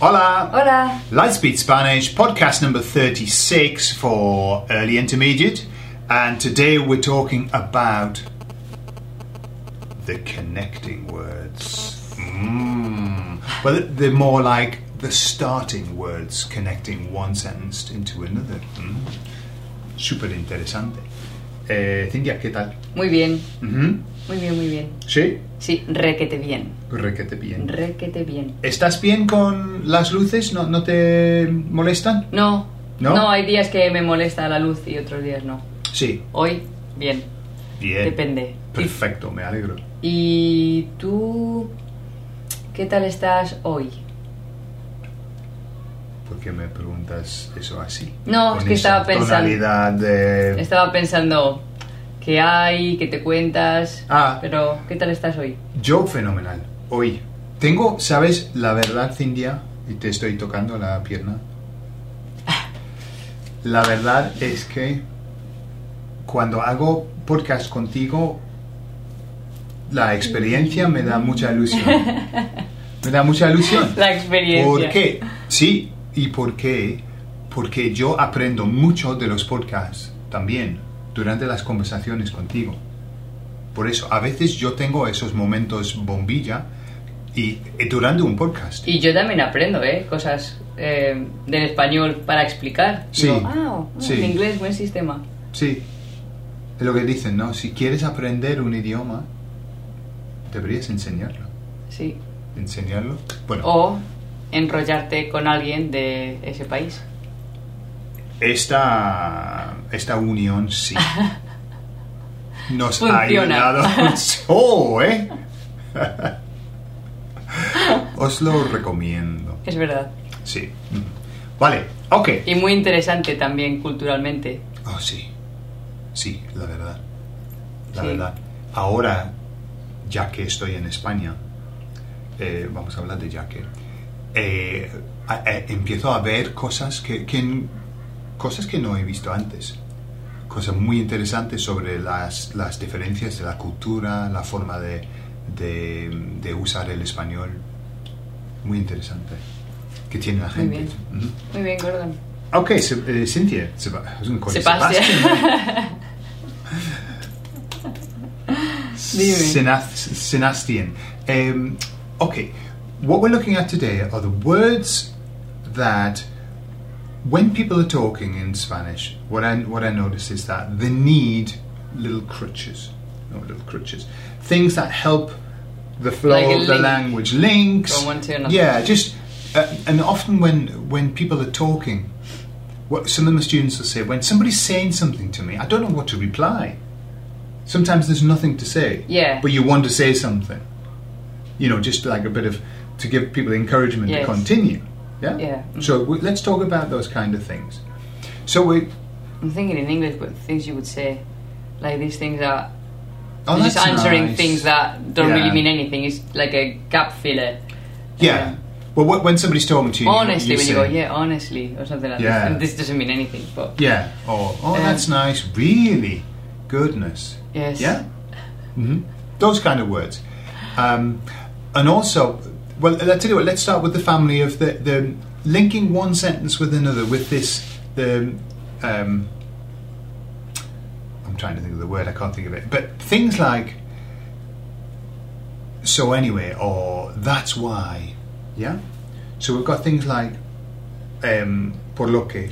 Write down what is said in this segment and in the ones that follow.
Hola! Hola. Lightspeed Spanish, podcast number 36 for early intermediate. And today we're talking about the connecting words. Mm. Well, they're more like the starting words connecting one sentence into another. Mm. Súper interesante. Eh, Cintia, ¿qué tal? Muy bien, Ujú. muy bien, muy bien. Sí, Sí, requete bien, requete bien. requete bien. ¿Estás bien con las luces? ¿No, no te molestan? No, ¿No? hay días que me molesta la luz y otros días no. Sí. Hoy, bien, Bien. depende. Perfecto, me alegro. ¿Y tú qué tal estás hoy? ¿Por qué me preguntas eso así? No, Con es que esa estaba pensando. tonalidad de- Estaba pensando qué hay, qué te cuentas, Ah. pero ¿qué tal estás hoy? Yo fenomenal. Hoy. Tengo, ¿sabes? La verdad, Cintia, y te estoy tocando la pierna. Ah. La verdad es que cuando hago podcast contigo, la experiencia me da mucha ilusión. Me da mucha ilusión. La experiencia. ¿Por qué? Sí, ¿y por qué? Porque yo aprendo mucho de los podcasts también durante las conversaciones contigo. Por eso, a veces yo tengo esos momentos bombilla y, y durante un podcast. Y yo también aprendo, ¿eh? Cosas eh, del español para explicar. Sí, Digo, ah, sí. en inglés, buen sistema. Sí, es lo que dicen, ¿no? Si quieres aprender un idioma, deberías enseñarlo. Sí. Enseñarlo. Bueno, O enrollarte con alguien de ese país. esta, esta unión sí nos Funciona. ha ayudado mucho, ¿eh? Os lo recomiendo. Es verdad. Sí. Mm. Vale, ok. Y muy interesante también culturalmente. Oh, sí. Sí, la verdad. La Sí. verdad. Ahora, ya que estoy en España, eh, vamos a hablar de ya que, eh, a- a- empiezo a ver cosas que, que n- cosas que no he visto antes. Cosas muy interesantes sobre las, las diferencias de la cultura, la forma de, de, de usar el español. Muy interesante. Que tiene la Muy gente. bien. Ujú. Muy bien, Gordon. Ok, Seb- eh, Cynthia. Seba- es un con Sebastián. Dime. Synath- Synastian. Um, okay, what we're looking at today are the words that, when people are talking in Spanish, what I what I notice is that they need little crutches, no little crutches, things that help the flow Like a of the link. language, links. From one to another. Yeah, just uh, and often when when people are talking, what some of the students will say when somebody's saying something to me, I don't know what to reply. Sometimes there's nothing to say. Yeah. But you want to say something. You know, just like a bit of to give people encouragement Yes. to continue. Yeah. Yeah. Mm. So we, let's talk about those kind of things. So we. I'm thinking in English, but things you would say, like these things are Oh, just that's answering nice. things that don't Yeah. really mean anything. It's like a gap filler. Yeah. Um, Well, wh- when somebody's talking to you, honestly, you when say, you go, yeah, honestly, or something like Yeah. this. And this doesn't mean anything, but Yeah. Or oh, Um, that's nice. Really, goodness. yes. Yeah. hmm Those kind of words. Um, and also, well, I tell you what. Let's start with the family of the, the linking one sentence with another with this the. Um, I'm trying to think of the word. I can't think of it. But things like. So anyway, or that's why, yeah. So we've got things like, um, por lo que,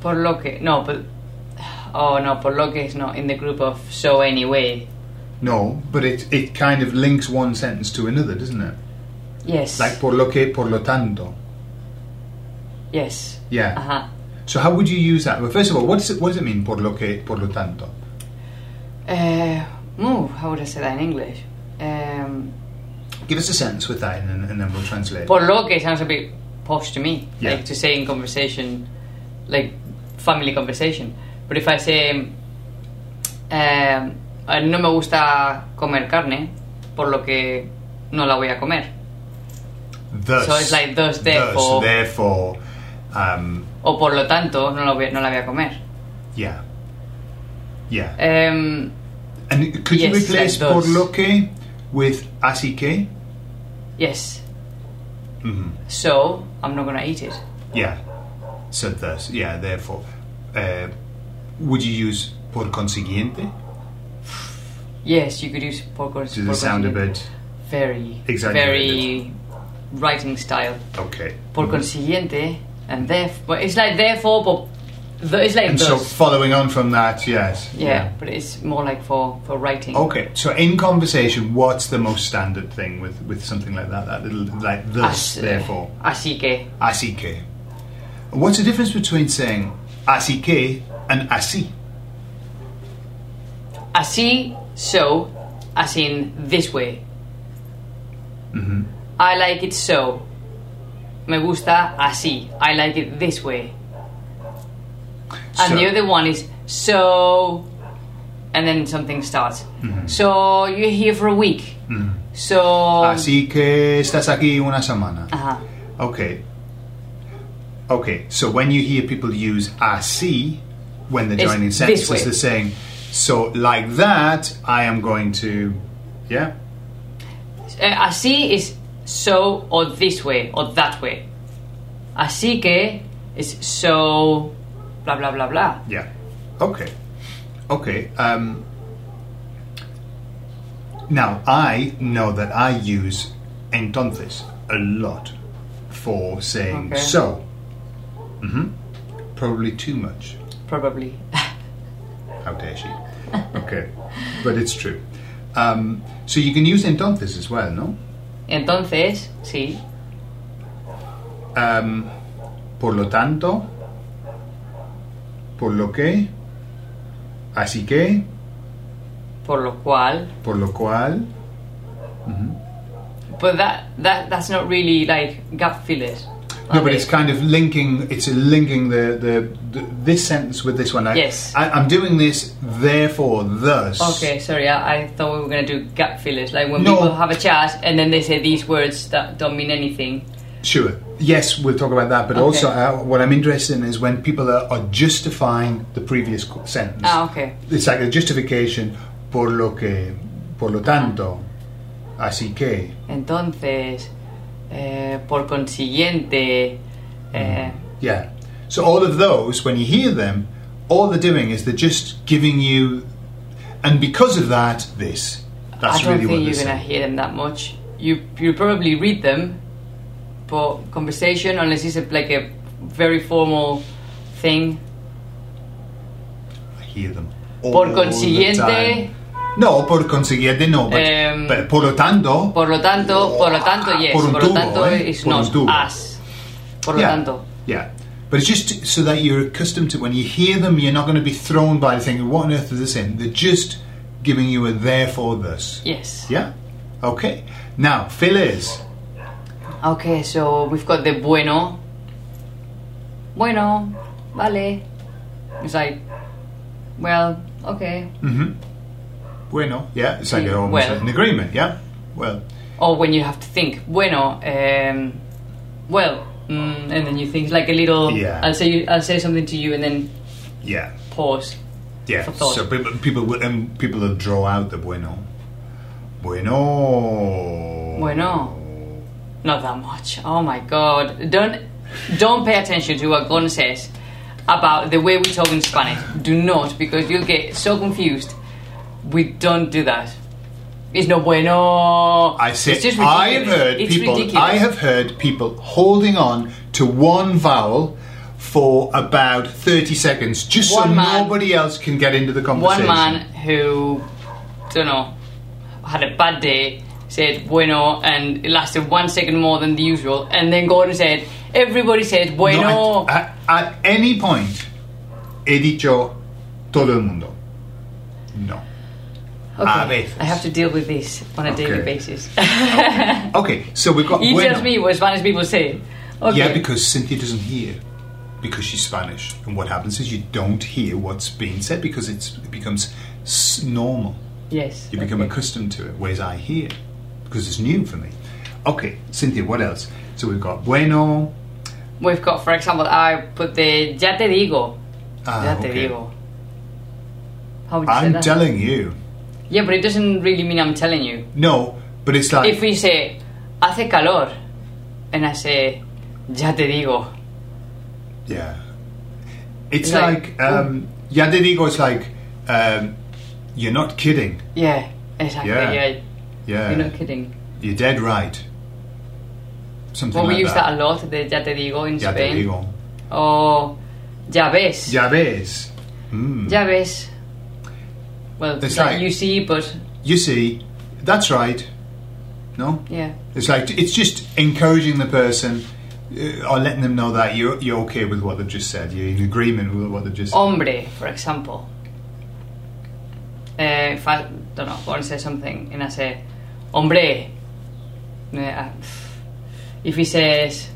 Por lo que, no, but oh no, por lo que is not in the group of so anyway. No, but it, it kind of links one sentence to another, doesn't it? Yes. Like por lo que, por lo tanto. yes. Yeah. Uh huh. So how would you use that? Well, first of all, what does it, what does it mean por lo que, por lo tanto? Uh, ooh, how would I say that in English? Um, Give us a sentence with that, and, then- and then we'll translate. por lo que sounds a bit posh to me, Yeah. like to say in conversation, like family conversation. But if I say, um, uh, no me gusta comer carne, por lo que no la voy a comer. thus. so it's like thus, therefore. therefore, um, O por lo tanto, no la voy, no la voy a comer. yeah, yeah. Um, and could you yes, replace like por thus. lo que with así que? yes. Mhm. so I'm not gonna eat it. Yeah. So thus, yeah, therefore. Uh, would you use por consiguiente? Yes, you could use pork or Does it sound a bit. very exaggerated? very writing style. Okay. Mm-hmm. Por consiguiente, and therefore it's like therefore, but the, it's like And so thus. following on from that, yes. yeah, but it's more like for for writing. Okay, so in conversation, what's the most standard thing with, with something like that? That little, like thus, Así- therefore, Así que. así que. What's the difference between saying así que and así? Así, so, as in this way. Mm-hmm. I like it so. Me gusta así. I like it this way. And So- the other one is so, and then something starts. Mm-hmm. So you're here for a week. So así que estás aquí una semana. Uh-huh. Okay. Okay, so when you hear people use así when they're It's joining this way. sentences, they're saying, so like that, I am going to, yeah? Uh, así is so or this way or that way. Así que is so, blah blah blah blah. Yeah. Okay. Okay. Um, now, I know that I use entonces a lot for saying Okay. so. hmm Probably too much. Probably. How dare she? Okay. but it's true. Um, so you can use entonces as well, no? Entonces, sí. Um, por lo tanto, por lo que, así que, Por lo cual. por lo cual. But that that that's not really like gut fillers. No, but it's kind of linking. It's linking the, the, the this sentence with this one. I, Yes. I, I'm doing this, therefore, thus. Okay, sorry, I, I thought we were gonna do gut fillers, like when No. people have a chat and then they say these words that don't mean anything. Sure. Yes, we'll talk about that. But Okay. also, uh, what I'm interested in is when people are, are justifying the previous co- sentence. Ah, okay. It's like a justification por lo que, por lo tanto, así que. Entonces, eh, por consiguiente, Mm, eh, Yeah. So all of those, when you hear them, all they're doing is they're just giving you, and because of that, this. That's I don't really what think they're you're gonna saying. hear them that much. You you probably read them, but conversation, unless it's a, like a very formal thing. I hear them. Por all the consiguiente- time. No, por consiguiente no, but, Em, but por lo tanto. Por lo tanto, por lo tanto, yes. Por Por, un lo tubo, tanto, eh, it's por un not tubo. us. Por lo yeah, tanto. Yeah. But it's just so that you're accustomed to when you hear them, you're not going to be thrown by the thing, what on earth is this in? They're just giving you a therefore this. Yes. Yeah? Okay. Now, fillers. Okay, so we've got the bueno. Bueno, vale. It's like, well, okay. Bueno. Yeah, it's like Yeah, almost Mm, well. like an agreement, yeah? Well, Or when you have to think, bueno, um, well, mm, and then you think like a little. Yeah. I'll say you, I'll say something to you, and then yeah. pause. Yeah, For thought. so people people will, um, people will draw out the bueno. Bueno. Bueno. Not that much. Oh my god. Don't don't pay attention to what Gon says about the way we talk in Spanish. Do not because you'll get so confused. We don't do that. It's no bueno. I said it's just I have ridiculous. heard it's people ridiculous. I have heard people holding on to one vowel for about 30 seconds just so One man- nobody else can get into the one conversation. man who don't know had a bad day said bueno and it lasted one second more than the usual and then Gordon said everybody says bueno No, at, at, at any point he dicho todo el mundo. No. okay, a veces. I have to deal with this on a daily Okay. basis Okay, so we've got You Oh, bueno. just me what Spanish people say. Okay. Yeah, because Cynthia doesn't hear because she's Spanish, and what happens is you don't hear what's being said because it's, it becomes s- normal. yes. You become okay. accustomed to it, whereas I hear because it's new for me. Okay, Cynthia, what else? So we've got bueno. We've got, for example, I put the ya te digo. Ah, ya te okay. digo. How would you say I'm that? telling you. yeah, but it Ah. doesn't really mean I'm telling you. No, but it's like If we say hace calor, and I say, ya te digo. Yeah. It's Like, like, oh. um, ya te digo, it's like, um, you're not kidding. Yeah, exactly. Yeah, Yeah. Yeah. you're not kidding. You're dead right. Something Well, we like use that. that. a lot. The ya te digo in ya te Spain. digo. Or ya ves. Ya ves. Mm. Ya ves. Well, It's yeah, like- you see, but You see, that's right. No? yeah, It's like, it's just encouraging the person uh, or letting them know that you're, you're okay with what they've just said. You're in agreement with what they've just said. hombre, for example. Uh, if I don't know, want to say something, and I say, hombre. uh, I- If he says,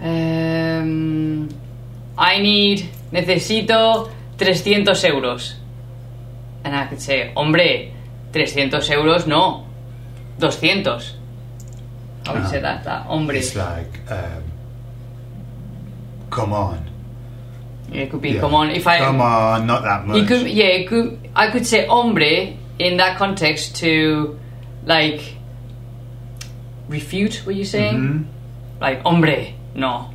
um, I need, necesito 300 euros. And I could say, hombre, 300 euros, no, 200. I would Ah. say that, that, hombre. It's like, um, come on. It could be, Yeah. come on, if I. Come on, not that much. You could, yeah, you could, I could say hombre in that context to like refute what you're saying. Mhm. Like, hombre, no.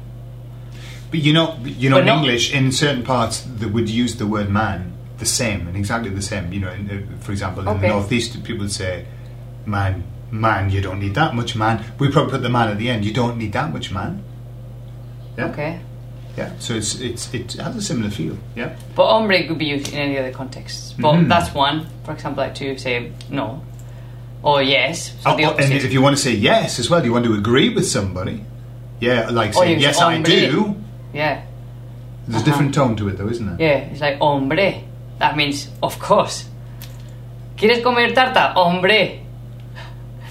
But you know, you know, But in not- English, in certain parts, they would use the word man the same and exactly the same. You know, in, uh, for example, in Okay. the northeast, people would say, "Man, man, you don't need that much man." We probably put the man at the end. You don't need that much man. Yeah. Okay. Yeah. So it's it's it has a similar feel. Yeah. But hombre could be used in any other contexts. But Mhm. that's one, for example, like to say no or yes. So Oh, the oh, and opposite. if you want to say yes as well, you want to agree with somebody. Yeah, like Oh, saying you yes, say, I "Hombre." do. yeah, There's Uh-huh. a different tone to it, though, isn't it? yeah, it's like hombre. That means, of course. ¿Quieres comer tarta? Hombre.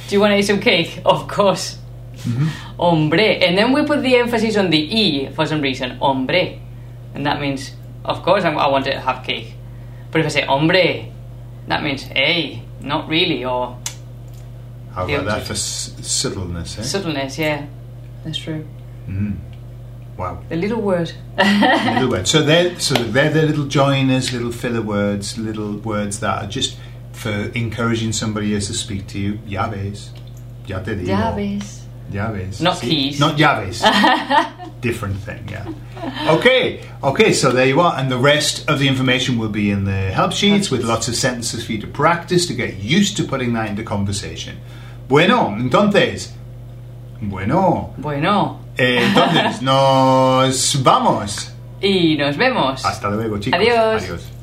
Do you want to eat some cake? Of course. Hombre. And then we put the emphasis on the E for some reason. Hombre. And that means, of course, I'm, I want to have cake. But if I say hombre, that means, hey, not really, or How about Yeah. that for s- subtleness? Eh? subtleness, yeah. That's true. wow. The little word. little words. So they're so they're the little joiners, little filler words, little words that are just for encouraging somebody else to speak to you. Ya ves, ya te digo. Ya ves. Ya ves. Not See? keys. Not llaves. Different thing. Yeah. Okay. Okay. So there you are, and the rest of the information will be in the help sheets with lots of sentences for you to practice to get used to putting that into conversation. Bueno, entonces. Bueno, Bueno. eh, entonces nos vamos. Y nos vemos. Hasta luego, chicos. Adiós. Adiós.